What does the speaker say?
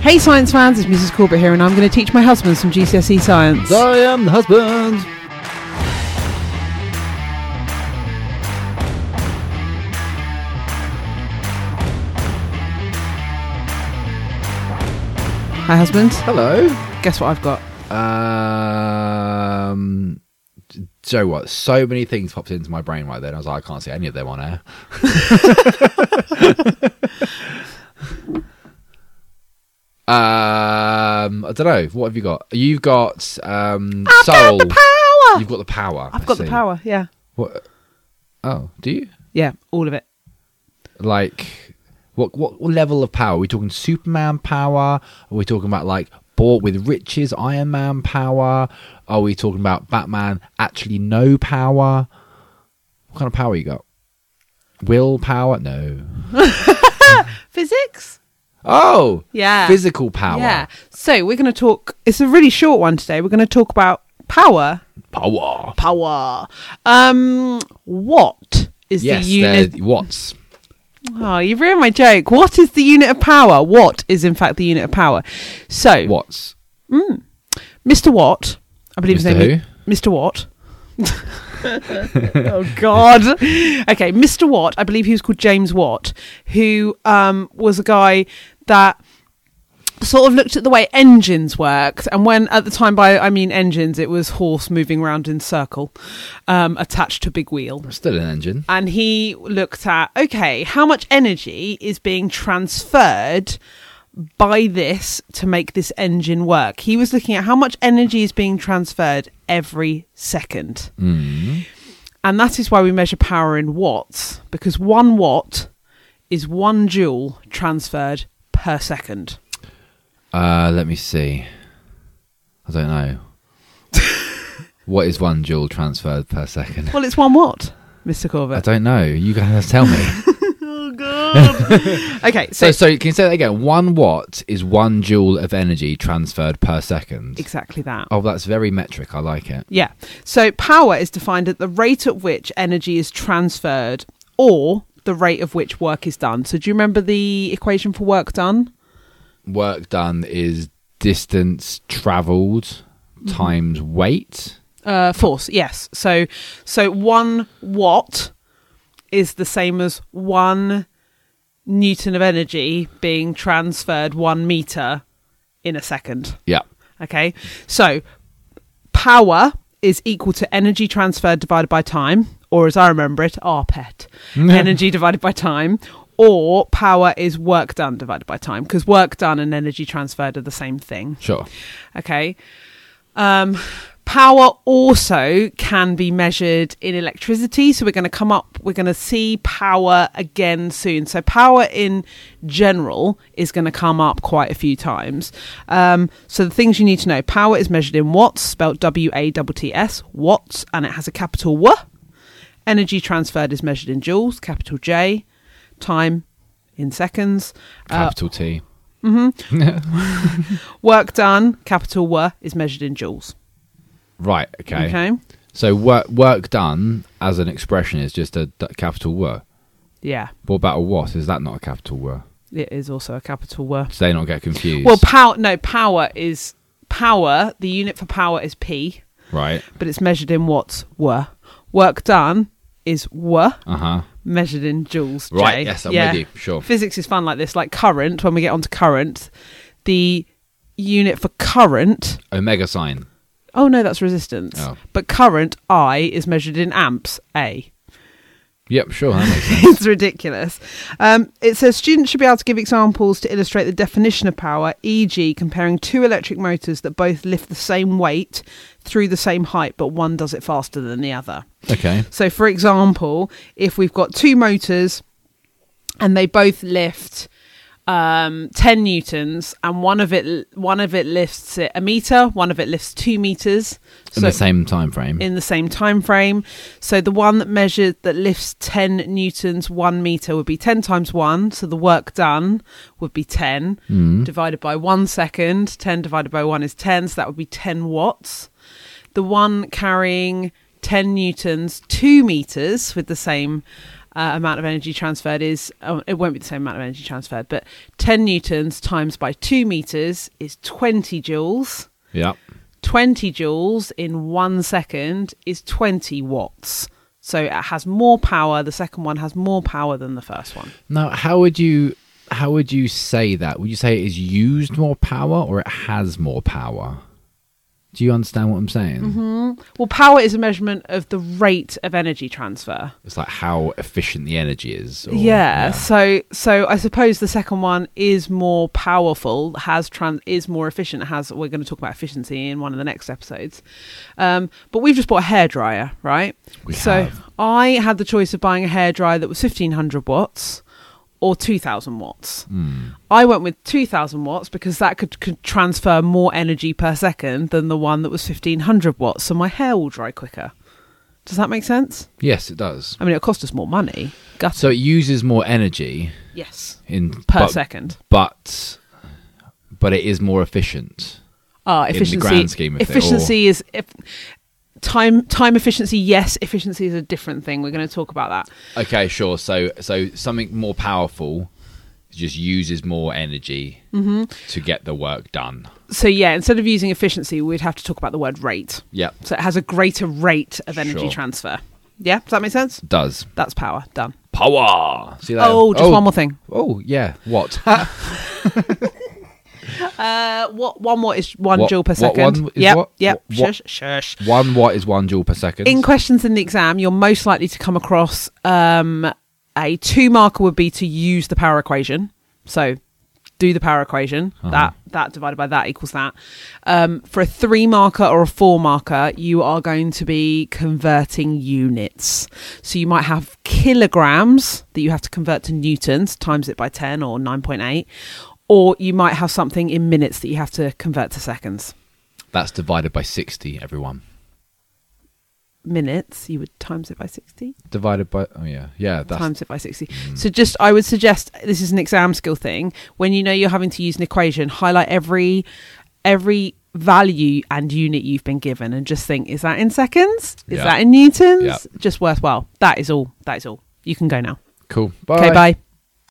Hey, science fans, it's Mrs. Corbett here, and I'm going to teach my husband some GCSE E science. I am the husband. Hi, husband. Hello. Guess what I've got? Um, d- so what? So many things popped into my brain right then. I was like, I can't see any of them on air. um, I don't know. What have you got? You've got um soul. Power! You've got the power. I've I got the see. power, yeah. What? Oh, do you Yeah, all of it. like? What, what what level of power? Are we talking Superman power? Are we talking about like bought with riches Iron Man power? Are we talking about Batman actually no power? What kind of power you got? Will power? No. Physics? Oh, Yeah. physical power. Yeah. So we're going to talk, it's a really short one today. We're going to talk about power. Power. Power. Um, what is Yes, the unit? there- Watts. Oh, you've ruined my joke. What is the unit of power? Watt is, in fact, the unit of power. So, Watts. Mr. Watt, I believe his Mr. name is Mr. Watt. oh God! Okay, Mr. Watt. I believe he was called James Watt, who um, was a guy that sort of looked at the way engines worked, and when at the time by I mean engines, it was horse moving around in circle, um, attached to a big wheel Still an engine. and he looked at okay, how much energy is being transferred by this to make this engine work? He was looking at how much energy is being transferred every second. Hmm. And that is why we measure power in watts, because one watt is one joule transferred per second. Uh, let me see. I don't know. what is one joule transferred per second? Well, it's one watt, Mr. I Corbett. don't know. You guys tell me. Oh, God. okay, so, so, so can you say that again? One watt is one joule of energy transferred per second. exactly that. Oh, that's very metric. I like it. Yeah. So power is defined at the rate at which energy is transferred or the rate of which work is done. So do you remember the equation for work done? Work done is distance traveled Mm-hmm. times weight. Uh, force, yes. So so one watt is the same as one newton of energy being transferred one meter in a second. Yeah. Okay. So power is equal to energy transferred divided by time, or as I remember it, RPET. energy divided by time. Or power is work done divided by time, because work done and energy transferred are the same thing. Sure. Okay. Um, power also can be measured in electricity. So we're going to come up, we're going to see power again soon. So power in general is going to come up quite a few times. Um, so the things you need to know power is measured in watts, spelled W A T T S, watts, and it has a capital W. Energy transferred is measured in joules, capital J. Time in seconds. Uh, Capital T. work done, capital W, is measured in joules. Right. Okay. Okay. So work work done as an expression is just a d- capital word. Yeah, What about a what? Is that not a capital word? it is also a capital word. So they not get confused. Well, power. No, power is power. The unit for power is p, right. but it's measured in watts. Were work done is were Uh huh. measured in joules. J. Right, yes, I'm Yeah. with you. Sure. Physics is fun like this. Like current. When we get onto current, the unit for current. Omega sign. Oh no, that's resistance. Oh. But current I is measured in amps. A. Yep. Sure. That makes sense. it's ridiculous. Um, it says students should be able to give examples to illustrate the definition of power, e.g., comparing two electric motors that both lift the same weight through the same height, but one does it faster than the other. Okay. So, for example, if we've got two motors and they both lift um, 10 newtons, and one of it one of it lifts it a meter, one of it lifts two meters. In the same time frame. in the same time frame. So the one that measured that lifts 10 newtons 1 meter would be 10 times 1, so the work done would be 10 divided by 1 second, 10 divided by 1 is 10, so that would be 10 watts. The one carrying 10 newtons 2 meters with the same uh, amount of energy transferred is. Oh, it won't be the same amount of energy transferred, but 10 newtons times by 2 meters is 20 joules. Yeah. 20 joules in one second is 20 watts. So it has more power. The second one has more power than the first one. Now, how would you how would you say that? Would you say it is used more power or it has more power? Do you understand what I'm saying? Mm-hmm. Well, power is a measurement of the rate of energy transfer. It's like how efficient the energy is. or- yeah, So so I suppose the second one is more powerful, has trans is more efficient, has we're going to talk about efficiency in one of the next episodes. Um, but we've just bought a hairdryer, right? We so have. I had the choice of buying a hairdryer that was fifteen hundred watts or two thousand watts. Hmm. I went with two thousand watts because that could, could transfer more energy per second than the one that was fifteen hundred watts, so my hair will dry quicker. Does that make sense? Yes, it does. I mean, it cost us more money. Gutter. So it uses more energy yes. in per but, second. but but it is more efficient. Uh, the efficiency, grand scheme of it, efficiency is if, time time efficiency. Yes, efficiency is a different thing. We're going to talk about that. Okay, sure. So so something more powerful just uses more energy Mm-hmm. to get the work done. So yeah, instead of using efficiency, we'd have to talk about the word rate. Yep. So it has a greater rate of energy Sure. transfer. Yeah, does that make sense? Does That's power. Done. power? See that? Oh, just one more thing. Oh yeah. What? Uh, what one watt is one What- joule per what second? one is yep. what? Yep. What- what- Shush. Shush. one watt is one joule per second. In questions in the exam, you're most likely to come across um, a two marker would be to use the power equation. So do the power equation. That that divided by that equals that. Um, for a three marker or a four marker, you are going to be converting units. So you might have kilograms that you have to convert to newtons, times it by ten or nine point eight, or you might have something in minutes that you have to convert to seconds. That's divided by sixty. Everyone Minutes, you would times it by sixty. divided by. Oh yeah, yeah. That's Mm. times it by 60. So just I would suggest this is an exam skill thing. When you know you're having to use an equation, highlight every every value and unit you've been given and just think is that in seconds? Is Yeah. that in newtons? Yeah. Just worthwhile. That is all. That is all. You can go now. cool. Okay, bye.